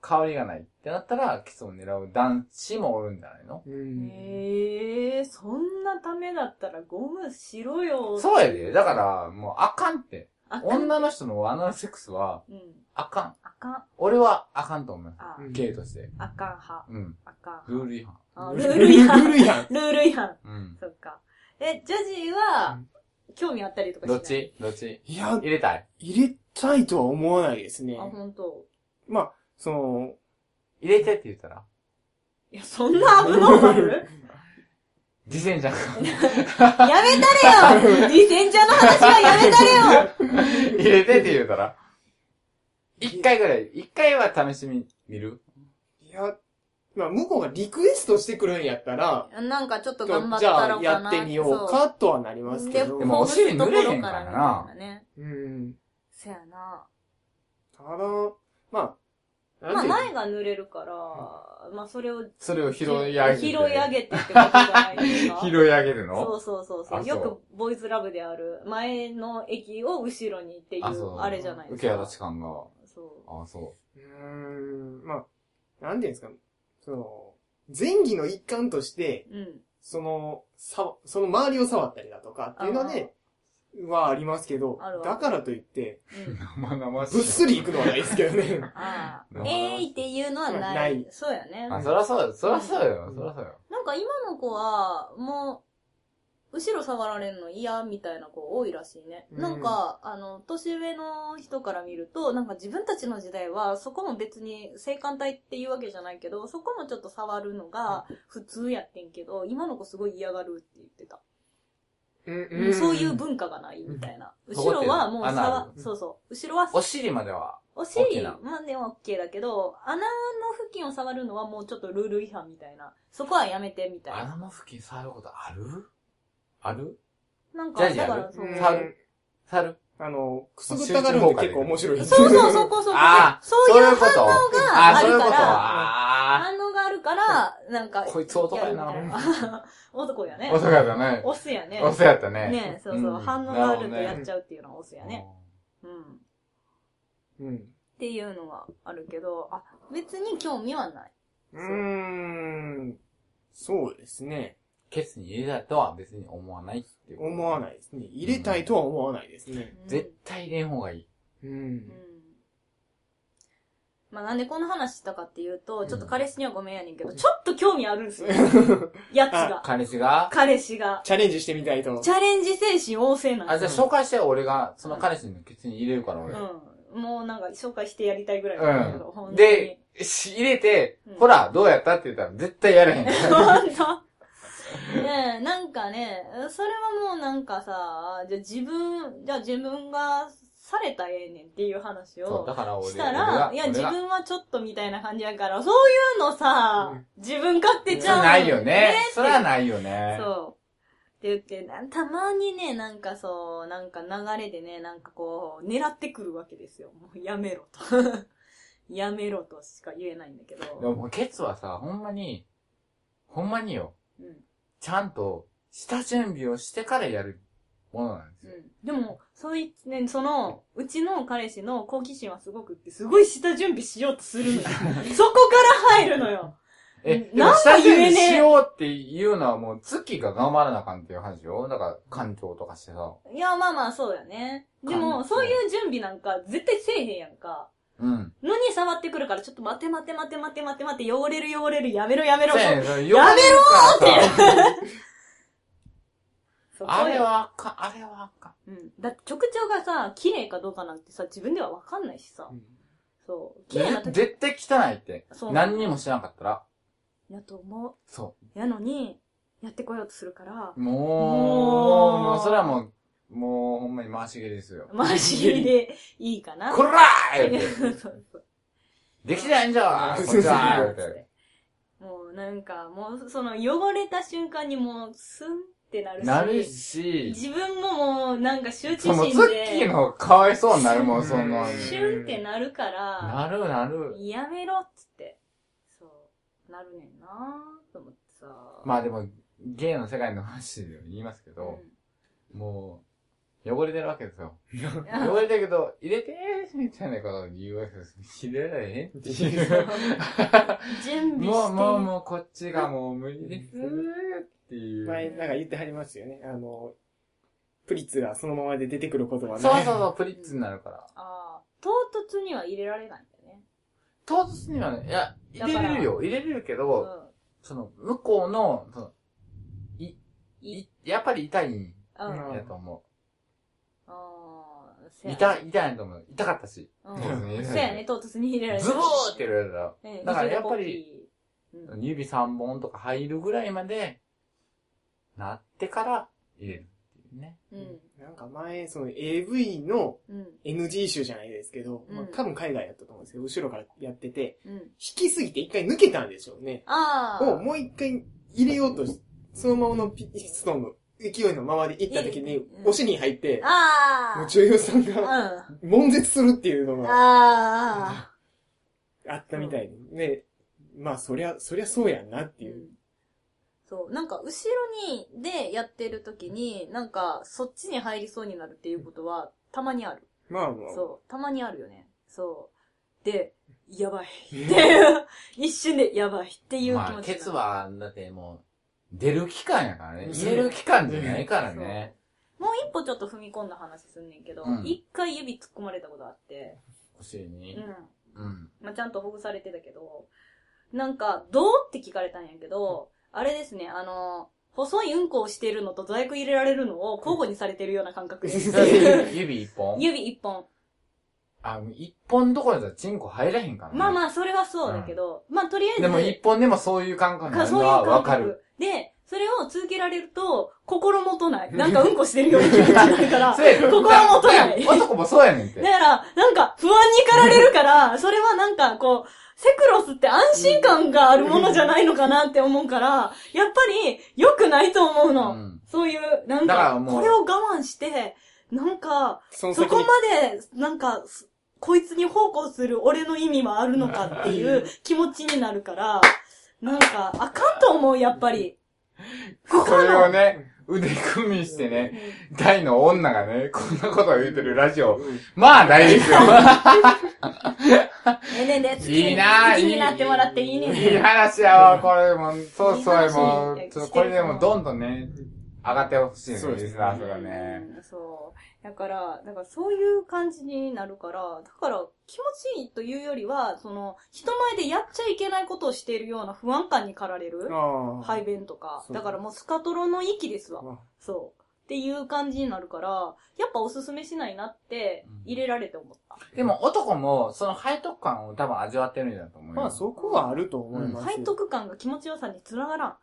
Speaker 3: 香りがないってなったら、キスを狙う男子もおるんじゃないの
Speaker 1: うん。
Speaker 2: ええー、そんなためだったらゴムしろよ。
Speaker 3: そうやで。だから、もうあかんって。
Speaker 2: あかん。
Speaker 3: 女の人のアナルセックスは、
Speaker 2: うん。
Speaker 3: あかん。
Speaker 2: あかん。
Speaker 3: 俺はあかんと思いま
Speaker 2: あ
Speaker 1: う、ん
Speaker 3: す。ゲイとして。
Speaker 2: あかん派。
Speaker 3: うん。
Speaker 2: あかん
Speaker 3: ル
Speaker 2: 派。
Speaker 3: ール違反。
Speaker 2: あルール違反。
Speaker 1: ルール違反。
Speaker 2: ルール違反。
Speaker 3: うん。
Speaker 2: そっか。え、ジャジーは、興味あったりとかしな
Speaker 3: ど
Speaker 2: い
Speaker 3: っちどっち
Speaker 1: いや、
Speaker 3: 入れたい
Speaker 1: 入れたいとは思わないですね
Speaker 2: あ、。ほんと。
Speaker 1: まあ、その、
Speaker 3: 入れてって言ったら
Speaker 2: いや、そんなアブノーマル
Speaker 3: 自転車が。
Speaker 2: やめたれ よディセンチャーの話はやめた れよ
Speaker 3: 入れてって言うたら一回ぐらい。一回は試しみ、見る
Speaker 1: いや、まあ、向こうがリクエストしてくるんやったら、
Speaker 2: なんかちょっと
Speaker 1: じゃ
Speaker 2: 頑張っ
Speaker 1: あ
Speaker 2: たろかな。
Speaker 1: やってみようかとはなりますけ
Speaker 2: そ
Speaker 1: ど
Speaker 2: う。
Speaker 3: でもお尻濡れへんからな
Speaker 2: ほぐすところみたいね。
Speaker 1: うん。
Speaker 2: そやな。
Speaker 1: ただ、まあ、
Speaker 2: まあ、
Speaker 1: なんていう
Speaker 2: 前が濡れるから、まあ、それを
Speaker 3: それを拾い上げて。
Speaker 2: 拾い上げてってことじゃないですか。
Speaker 3: 拾い上げる
Speaker 2: そ
Speaker 3: の
Speaker 2: うそうそうそ
Speaker 3: あ
Speaker 2: う。
Speaker 3: そう
Speaker 2: よくボーイズラブである、前の駅を後ろにってい
Speaker 3: あそう
Speaker 2: う、あれじゃないで
Speaker 3: 受
Speaker 2: す
Speaker 3: け
Speaker 2: か。
Speaker 3: 渡し感が。
Speaker 2: そう。
Speaker 3: あ、そう
Speaker 1: ーん、まあ、なんていうんですか、その、前儀の一環として、
Speaker 2: うん。
Speaker 1: その、さ、その周りを触ったりだとかっていうので、はありますけど
Speaker 2: あるあ、る
Speaker 1: だからといって、
Speaker 2: うん
Speaker 3: う。。生々しい。
Speaker 1: ぶっすり行くのはないですけどね。
Speaker 2: ああ
Speaker 3: なる。ほど
Speaker 2: えいっていうのはない。
Speaker 1: ない
Speaker 2: そうやね。な
Speaker 3: あ、
Speaker 2: ん
Speaker 3: そらそうよ。そらそうよ。そらそうよ。
Speaker 2: か今の子は、もう、後ろ触られるの嫌みたいな子多いらしいね。
Speaker 1: うん
Speaker 2: なんか、あの、年上の人から見ると、なんか自分たちの時代は、そこも別に性感帯っていうわけじゃないけど、そこもちょっと触るのが普通やってんけど、今の子すごい嫌がるって言ってた。
Speaker 1: うん
Speaker 2: そういう文化がないみたいな。
Speaker 3: ん
Speaker 2: 後ろはもう
Speaker 3: そ
Speaker 2: 触
Speaker 3: こってアナ、ル
Speaker 2: そうそう。後ろは
Speaker 3: お尻までは。
Speaker 2: お
Speaker 3: オッケ
Speaker 2: 尻
Speaker 3: ーな
Speaker 2: までは OK だけど、穴の付近を触るのはもうちょっとルール違反みたいな。そこはやめてみたいな。
Speaker 3: 穴の付近触ることあるある
Speaker 2: なんか、
Speaker 3: ジャージ
Speaker 2: だ
Speaker 3: ある
Speaker 2: からそうう。
Speaker 1: ん
Speaker 3: 触る触る
Speaker 1: あの、くすぐったがるのって結構面白いです
Speaker 2: そうそう、そこそこ。
Speaker 3: あー
Speaker 2: そういう反応が
Speaker 3: あ
Speaker 2: あ
Speaker 3: そうい
Speaker 2: る
Speaker 3: うこ
Speaker 2: か
Speaker 3: と
Speaker 2: ら、
Speaker 3: あ
Speaker 2: 反応があるから、なんか
Speaker 3: あ。、こいつ男やな。
Speaker 2: やるみたい男やね。
Speaker 3: 男やったね。
Speaker 2: オスやね。
Speaker 3: お世話やったね。
Speaker 2: ねそうそう。
Speaker 3: ん
Speaker 2: 反応があるとやっ
Speaker 3: な
Speaker 2: ちゃうっていうのはオスや
Speaker 3: ほどね
Speaker 2: ね。。うん。
Speaker 1: うん。
Speaker 2: っていうのはあるけど、あ、別に興味はない。
Speaker 1: うーん。そうですね。
Speaker 3: ケツに入れたとは別に思わないっていう。
Speaker 1: 思わ
Speaker 3: い。
Speaker 1: ないですね。入れたいとは思わないですね。
Speaker 2: うん
Speaker 3: 絶対入れん方がいい。
Speaker 1: う
Speaker 2: うん
Speaker 1: ん。
Speaker 2: まあなんでこの話したかっていうと、ちょっと彼氏にはごめんやねんけど、ちょっと興味 あるんですよ。やつが。
Speaker 3: 彼氏が
Speaker 2: 彼氏が。
Speaker 1: チャレンジしてみたいと。
Speaker 2: チャレンジ精神旺盛なん
Speaker 3: あ、じ
Speaker 2: で
Speaker 3: ゃあ
Speaker 2: す
Speaker 3: 紹介して俺が、その彼氏のケツに入れるから俺。
Speaker 2: うん。もうなんか紹介してやりたいぐらいなんだけど、ほんとに。
Speaker 3: で、し入れて
Speaker 2: うん、
Speaker 3: ほら、どうやったって言ったら絶対やれへ ん。
Speaker 2: ほんと。ねえ、なんかね、それはもうなんかさ、じゃあ自分、じゃあ自分がされたらええねんっていう話を。
Speaker 3: そう、だから俺、
Speaker 2: した
Speaker 3: 俺
Speaker 2: ら
Speaker 3: が、
Speaker 2: いや、
Speaker 3: 俺
Speaker 2: 自
Speaker 3: が
Speaker 2: 分はちょっとみたいな感じやから、そういうのさ、自分勝手ちゃう。
Speaker 3: ないよ
Speaker 2: ね
Speaker 3: ね。それはないよね。
Speaker 2: そって言って、なたまにね、なんかそう、なんか流れでね、なんかこう、狙ってくるわけですよ。もうやめろと。 やめろとしか言えないんだけ
Speaker 3: でも
Speaker 2: ど。
Speaker 3: もうケツはさ、ほんまに、ほんまによ、
Speaker 2: うん。うん。
Speaker 3: ちゃんと、下準備をしてからやるものなんですよ。
Speaker 2: でも、そういね、その、うちの彼氏の好奇心はすごくって、すごい下準備しようとするのよ。そこから入るのよ。
Speaker 3: え、で
Speaker 2: な
Speaker 3: も
Speaker 2: んか
Speaker 3: 下準
Speaker 2: 言えねえ
Speaker 3: 備しようっていうのはもう、月が頑張らなあかんっていう話よ。だから、環境とかしてさ。
Speaker 2: いや、まあまあ、そうだよね。でも、
Speaker 3: 感じ
Speaker 2: そういう準備なんか、絶対せえへんやんか。
Speaker 3: うん。
Speaker 2: のに触ってくるから、ちょっと待て待て待て待て待て待て、汚れる汚れる、やめろやめろ。
Speaker 3: そうやねん、や
Speaker 2: やめ
Speaker 3: ろーって
Speaker 2: そこよ
Speaker 3: あれはあかん、あれはあかん。
Speaker 2: うん。だって直腸がさ、綺麗かどうかなんてさ、自分ではわかんないしさ。そう。綺麗な
Speaker 3: ぜ
Speaker 2: 時
Speaker 3: 絶対汚いって
Speaker 2: そう。
Speaker 3: 何にもしなかったら。
Speaker 2: やと思。
Speaker 3: そう
Speaker 2: やのに、やってこようとするから
Speaker 3: う。、もう、
Speaker 2: もう
Speaker 3: もうそれはもう、もうほんまに回し蹴りですよ。
Speaker 2: マジでいいかな。
Speaker 3: こらー言うて
Speaker 2: そうそう
Speaker 3: できないんじゃーこっちはー言うて
Speaker 2: もうなんか、もうその汚れた瞬間にもう、スンってなる し。
Speaker 3: なるし、
Speaker 2: 自分ももうなんか羞恥
Speaker 3: そのツ
Speaker 2: 心
Speaker 3: ッキー
Speaker 2: で、
Speaker 3: の方がかわいそうになるもん、その。
Speaker 2: シュンってなるから、
Speaker 3: なるなる。
Speaker 2: やめろっつって。そう。なるねんなーと思ってさ。
Speaker 3: まあでも、ゲイの世界の話で言いますけ
Speaker 2: う
Speaker 3: ど、
Speaker 2: ん
Speaker 3: もう、汚れてるわけですよ。汚れてるけど、入れてーみたいなことを言うわけです。入れられへんって いう。
Speaker 2: 準備してね。
Speaker 3: もう、もう、もう、こっちがもう無理ですっていう。
Speaker 1: 前、なんか言ってはりますよね。あの、プリッツがそのままで出てくることは
Speaker 3: そう
Speaker 1: な
Speaker 3: そう
Speaker 1: い。
Speaker 3: そう、プリッツになるから。
Speaker 2: ああ、唐突には入れられないんだよね。
Speaker 3: 唐突にはね、いや、入れれるよ、入れれるけ
Speaker 2: う
Speaker 3: ど、その、向こうの、その、い、い、やっぱり痛いん
Speaker 2: ん。うん。
Speaker 3: やと思
Speaker 2: あーせ
Speaker 3: う。
Speaker 2: や
Speaker 3: 痛い、痛いと思う。痛かったし。
Speaker 2: う
Speaker 3: そうですね
Speaker 2: ん。そうやね、唐突に入れられ
Speaker 3: ズボーって言われたら、
Speaker 2: て
Speaker 3: だからやっぱり、
Speaker 2: うん
Speaker 3: 指3本とか入るぐらいまで、なってから入れるっていうね。
Speaker 2: うん。
Speaker 1: なんか前、その AV の
Speaker 2: うん。
Speaker 1: NG 集じゃないですけど、
Speaker 2: うん
Speaker 1: まあ多分海外やったと思うんですけど、後ろからやってて、
Speaker 2: うん。
Speaker 1: 引きすぎて一回抜けたんでしょうね。
Speaker 2: ああ。
Speaker 1: をもう一回入れようとし、そのままのピストンの勢いのままで行った時に
Speaker 2: う、ん
Speaker 1: 押しに入って、
Speaker 2: ああ。
Speaker 1: もう女優さん
Speaker 2: う
Speaker 1: が
Speaker 2: ん。
Speaker 1: 悶絶するっていうのが
Speaker 2: あ
Speaker 1: あったみたいで、ね、まあそりゃ、そりゃそうやんなって
Speaker 2: ー
Speaker 1: いうう。
Speaker 2: んそう。なんか、後ろに、で、やってる時に、なんか、そっちに入りそうになるっていうことは、たまにある。
Speaker 1: まあまあ。
Speaker 2: そう、たまにあるよね。そう。で、やばいっていう、 一瞬でやばいっていう気持ちになる
Speaker 3: まあ、ケツ、は、だってもう、出る期間やからね。
Speaker 1: うん
Speaker 3: 入れる期間じゃないからね。
Speaker 2: もう一歩ちょっと踏み込んだ話すんねんけど
Speaker 3: うん、
Speaker 2: 一、回指突っ込まれたことあって、
Speaker 3: お尻に
Speaker 2: うん。。
Speaker 3: うん。
Speaker 2: まあ、ちゃんとほぐされてたけど、なんか、どうって聞かれたんやけど、あれですね、あの、細いうんこをしてるのと座薬入れられるのを交互にされてるような感覚です。
Speaker 3: 指一本
Speaker 2: 指一本。
Speaker 3: あ、一本どころじゃチンコ入らへんからね。
Speaker 2: まあまあ、それはそうだけど、まあ、とりあえず。
Speaker 3: でも一本でもそういう感覚な
Speaker 2: か、
Speaker 3: るの
Speaker 2: そういう
Speaker 3: は
Speaker 2: 感覚。
Speaker 3: わかる。
Speaker 2: で、それを続けられると、心もとない。なんかうんこしてるような気持ちになるから、
Speaker 3: そうやねん
Speaker 2: 心もとない。
Speaker 3: だから男もそうやねんって。
Speaker 2: だから、なんか不安に駆られる から、それはなんかこう、セクロスって安心感があるものじゃないのかなって思うから、やっぱり良くないと思う
Speaker 3: う
Speaker 2: の。
Speaker 3: ん。
Speaker 2: そういう、なん
Speaker 3: だか、
Speaker 2: から
Speaker 3: もう
Speaker 2: これを我慢して、なんか、
Speaker 1: その
Speaker 2: そ
Speaker 1: 先
Speaker 2: こ
Speaker 1: に
Speaker 2: まで、なんか、すこいつに奉公する俺の意味はあるのかっていう気持ちになるから、なんか、あかんと思う、やっぱり。
Speaker 3: これをね、腕組みしてね、大の女がね、こんなことを言ってるラジオ。まあ、大ですよ。
Speaker 2: ええねんで、好き
Speaker 3: いいなぁ
Speaker 2: 好きになってもらっていいねんで。
Speaker 3: いい話やわ、これも、そうそう、
Speaker 2: いい話
Speaker 3: もう、ちょっとこれでもどんどんね、上がってほしいね、
Speaker 1: そうですね
Speaker 3: リスナーとかね。
Speaker 2: うんそう。だから、だからそういう感じになるから、だから気持ちいいというよりは、その、人前でやっちゃいけないことをしているような不安感に駆られる
Speaker 1: ああ。
Speaker 2: 排。便とか
Speaker 1: そ。う
Speaker 2: だからもうスカトロの域ですわ。
Speaker 1: あ
Speaker 2: そう。っていう感じになるから、やっぱおすすめしないなって
Speaker 3: うん、
Speaker 2: 入れられて思った。
Speaker 3: でも男も、その背徳感を多分味わってるんだと思うよ。
Speaker 1: まあそこはあると思いますよ。
Speaker 2: 背徳感が気持ちよさにつながらん。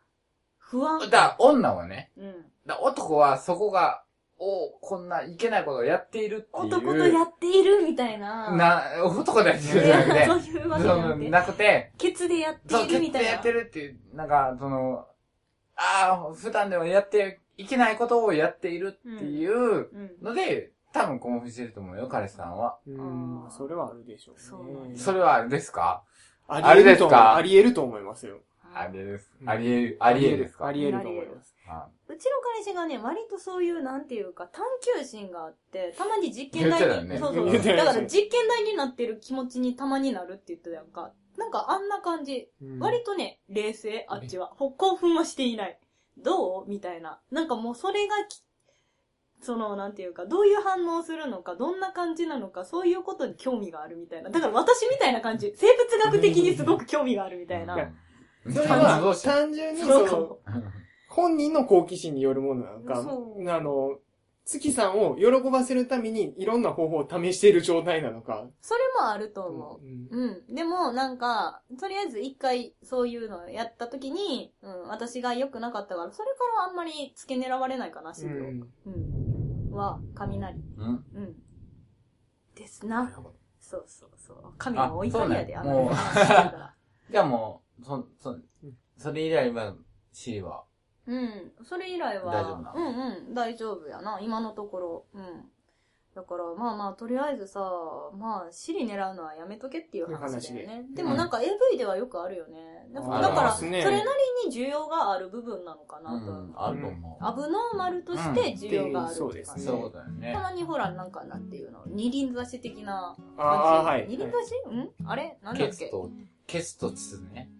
Speaker 2: 不安。
Speaker 3: だから女はね、
Speaker 2: うん。
Speaker 3: だから男はそこが、おこんないけないことをやっているっていう。
Speaker 2: 男とやっているみたいな。
Speaker 3: な、男だけじゃなく
Speaker 2: ね
Speaker 3: て
Speaker 2: そういうわけじ
Speaker 3: そ
Speaker 2: ゃな
Speaker 3: の
Speaker 2: くて。
Speaker 3: なくて、
Speaker 2: ケツでやって
Speaker 3: そう、
Speaker 2: いるみ
Speaker 3: 結
Speaker 2: た
Speaker 3: 構
Speaker 2: いな。
Speaker 3: やってるっていう、なんか、その、ああ、普段でもやっていけないことをやっているっていう
Speaker 2: うん。
Speaker 3: ので、多分興奮してると思うよ、彼氏さんは。
Speaker 1: うん、それはあるでしょ
Speaker 2: そうう
Speaker 1: ね。
Speaker 3: それはあれですか
Speaker 1: あり得ると思う。
Speaker 3: あ
Speaker 1: あ
Speaker 3: れ
Speaker 1: り得ると思いますよ。
Speaker 3: あれです
Speaker 1: う。ん
Speaker 3: ありえる、ありえですか
Speaker 1: あり得ると思います。
Speaker 3: あ
Speaker 2: うちの彼氏がね、割とそういう、なんていうか、探求心があって、たまに実験
Speaker 3: 言ってたよ
Speaker 2: 台に、
Speaker 3: ね
Speaker 2: そうそう。
Speaker 1: 言ってたよね
Speaker 2: だから実験台になってる気持ちにたまになるって言ってたやんか。なんかあんな感じ。
Speaker 1: うん
Speaker 2: 割とね、冷静、あっちは。ほ興奮はしていない。どうみたいな。なんかもうそれがき、その、なんていうか、どういう反応するのか、どんな感じなのか、そういうことに興味があるみたいな。だから私みたいな感じ。生物学的にすごく興味があるみたいな。
Speaker 3: うん
Speaker 1: それ
Speaker 3: どう
Speaker 1: は
Speaker 3: し、た
Speaker 1: 単純にそ
Speaker 2: そうか
Speaker 1: の
Speaker 2: も、。
Speaker 1: 本人の好奇心によるものなのか、
Speaker 2: そう
Speaker 1: あの、月さんを喜ばせるためにいろんな方法を試している状態なのか。
Speaker 2: それもあると思う。
Speaker 1: うん
Speaker 2: うん。でも、なんか、とりあえず一回そういうのをやった時に、うん、私が良くなかったから、それからあんまり付け狙われないかな、
Speaker 1: う
Speaker 2: シー
Speaker 1: ん
Speaker 2: うん。は、雷。
Speaker 3: うん
Speaker 2: うん。ですな。そうそうそう。神
Speaker 3: あ
Speaker 2: はお怒りやで、
Speaker 3: そう
Speaker 2: あ
Speaker 3: ね
Speaker 2: の
Speaker 3: もう
Speaker 2: 話してるから。
Speaker 3: じゃあもう、そ、そ
Speaker 1: ん、
Speaker 3: それ以来は、C は。
Speaker 2: うん。それ以来は、
Speaker 3: 大丈夫な
Speaker 2: うんうん、大丈夫やな、今のところ。うん。だから、まあまあ、とりあえずさ、まあ、尻狙うのはやめとけっていう話だよね。でもなんか AV ではよくあるよね。だから、
Speaker 3: あ
Speaker 2: だから
Speaker 3: あ
Speaker 1: り
Speaker 2: そ
Speaker 1: ます
Speaker 2: れ
Speaker 1: ね
Speaker 2: なりに需要がある部分なのか
Speaker 3: う
Speaker 2: なと。
Speaker 3: ん、あると思う。
Speaker 2: アブノーマルとして需要がある
Speaker 1: うんそうですね
Speaker 3: そういうこ
Speaker 2: ね。
Speaker 3: とだよね
Speaker 2: た。まにほら、なんか、なんていうの、二輪差し的な感じ。
Speaker 1: ああ、はい。
Speaker 2: 二輪差し、んあれなんだっ
Speaker 3: ケツ
Speaker 2: け
Speaker 3: と、ケツとチスね。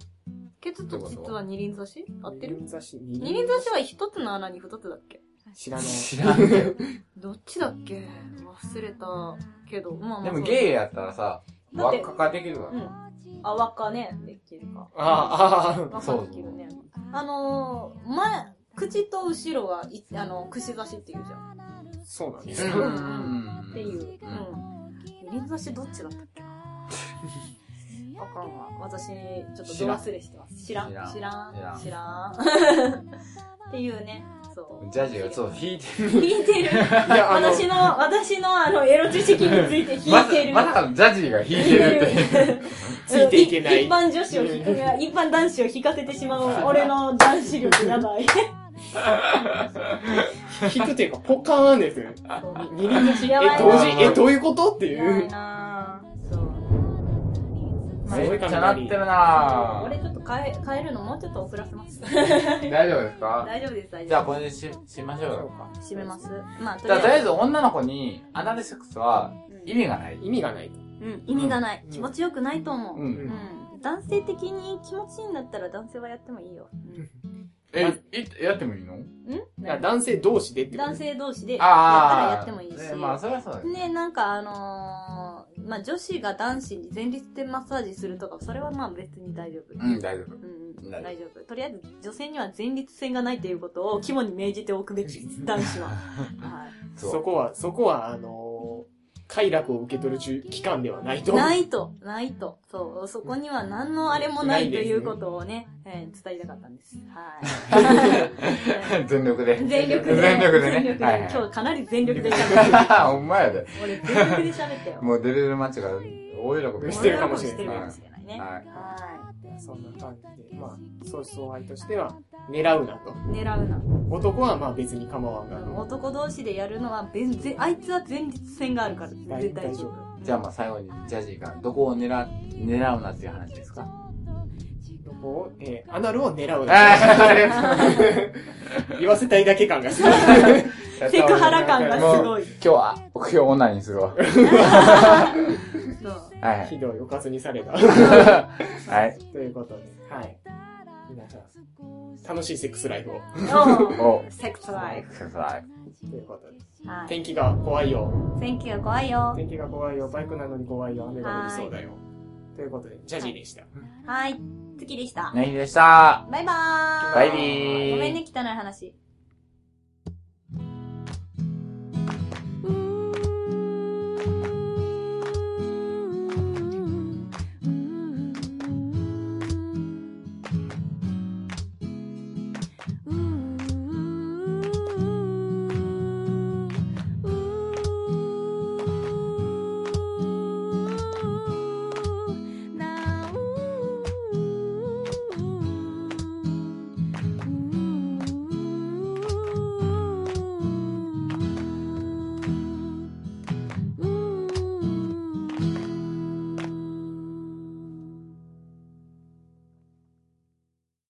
Speaker 2: ケツと膣は二輪差し合ってる
Speaker 1: 二輪差し
Speaker 2: 二輪差しは一つの穴に二つだっけ
Speaker 1: 知らない。
Speaker 3: 知らんけど。
Speaker 2: どっちだっけ忘れたけど、まあまあ。
Speaker 3: でも
Speaker 2: そう
Speaker 3: ゲイやったらさ、
Speaker 2: だっ
Speaker 3: 輪
Speaker 2: て
Speaker 3: っかができるから
Speaker 2: う
Speaker 3: ね。
Speaker 2: ん。あ、輪っかね、できるか。
Speaker 1: ああ、あ
Speaker 2: 輪っかできるね。あのー、前、口と後ろがい、あの、串刺しっていうじゃん。
Speaker 1: あ、そうなんで
Speaker 3: う
Speaker 1: す
Speaker 3: ん
Speaker 1: か。
Speaker 3: う
Speaker 1: うんん
Speaker 3: うん
Speaker 2: っていう。うん。二輪差しどっちだったっけなあかんわ。私、ちょっとど忘れしてます。知らん。
Speaker 3: 知らん
Speaker 2: 知らん。
Speaker 3: 知
Speaker 2: 知
Speaker 3: ら
Speaker 2: ら
Speaker 3: ん
Speaker 2: ん。 っていうね。そう。
Speaker 3: ジャジがちょっと引いてる。
Speaker 2: 引いてる。
Speaker 1: やあの
Speaker 2: 私の、私のあの、エロ知識について引
Speaker 3: ま
Speaker 2: いてる。
Speaker 3: まさかのジャジーが引いて るっていう。
Speaker 1: ついていけない
Speaker 2: 一般女子を引く、一般男子を引かせてしまう俺の男子力やばい。
Speaker 1: 引くというか、ポカーンですよね。二輪差しえ、
Speaker 2: やばいな
Speaker 1: 同時、え、どういうことってい。
Speaker 2: やばいうなぁ。そう。まあ
Speaker 3: めっちゃなってるな
Speaker 2: 俺ちょっと変え、変えるのもうちょっと遅らせます。
Speaker 3: ぁ。大丈夫ですか
Speaker 2: 大丈夫です、大
Speaker 3: じゃあ
Speaker 2: 丈
Speaker 3: これでし、しまし
Speaker 1: そ
Speaker 3: ょう
Speaker 1: う
Speaker 3: よ。
Speaker 1: か
Speaker 2: 夫。閉めます。まあ、
Speaker 3: じゃあとりあえ
Speaker 2: ず。
Speaker 3: ず女の子に、アナルセックスは意味がない。
Speaker 1: 意味がない。
Speaker 2: うん、意味がない。
Speaker 1: うん
Speaker 2: 気持ちよくないと思う。
Speaker 3: う。
Speaker 1: うん
Speaker 2: うん男性的に気持ちいいんだったら男性はやってもいいよ。うん
Speaker 3: え、いやってもいいの
Speaker 1: だから男性同士でってこと
Speaker 2: 男性同士でやったら
Speaker 3: ああ。
Speaker 2: やってもいいし。
Speaker 3: ねまあ、それはそうだよ
Speaker 2: ね、
Speaker 3: ね。
Speaker 2: なんかあのーまあ、女子が男子に前立腺マッサージするとか、それはまあ別に大丈夫。
Speaker 3: うん、大丈夫。
Speaker 2: うんうん
Speaker 3: 大丈夫
Speaker 2: 大丈夫。とりあえず女性には前立腺がないということを肝に銘じておくべきです、男 子は。は
Speaker 3: そ。
Speaker 1: そうこは、そこは、あのー快楽を受け取る中期間ではない
Speaker 2: い。
Speaker 1: と。
Speaker 2: ないと、ないと。そう、そこには何のあれもな
Speaker 1: ない
Speaker 2: いと
Speaker 1: ですね
Speaker 2: いうことをね、えー伝えたかったん です。はい。
Speaker 3: 全力 で。
Speaker 2: 全力で。
Speaker 3: 全力でね。
Speaker 2: 全力で
Speaker 3: はいはい
Speaker 2: 今日かなり全力で喋った。
Speaker 3: ほんまやで。
Speaker 2: 俺全力で喋ったよ。
Speaker 3: もう出れる街が大喜び
Speaker 1: してるかもしれない
Speaker 2: してるかもしれないね。
Speaker 3: はい。
Speaker 2: は
Speaker 1: そんな感じで、まあ、そう相愛としては、狙うなと。
Speaker 2: い。狙うな。
Speaker 1: 男はまあ別に構わんが。
Speaker 2: 男同士でやるのは全然あいつは前立腺があるから絶対大丈夫
Speaker 3: じゃあまあ最後にジャジーがどこを狙う、狙うなっていう話ですか
Speaker 1: どこを、えーアナルを狙うな
Speaker 3: あありがとうござい
Speaker 1: と。 言わせたいだけ感がする。
Speaker 3: ます
Speaker 2: セクハラ感がすごい
Speaker 3: 今日は、今日オナニーするわ。
Speaker 2: そう
Speaker 3: はいは
Speaker 1: ひ
Speaker 3: い。
Speaker 1: どいおかずにさ れた。
Speaker 3: はい。
Speaker 1: ということで、はい。皆さん、楽しいセックスライフを。
Speaker 3: お
Speaker 2: セクトライフ
Speaker 3: ください。
Speaker 1: ということで。
Speaker 2: はい
Speaker 1: 天気が怖いよ。
Speaker 2: 天気が怖いよ
Speaker 1: 天気が怖いよ。バイクなのに怖いよ。雨が降りそうだよ。ということで、ジャジーでした。
Speaker 2: はい月でした
Speaker 3: ネギでした。
Speaker 2: バイバーイ
Speaker 3: バイビー。
Speaker 2: ごめんね汚い話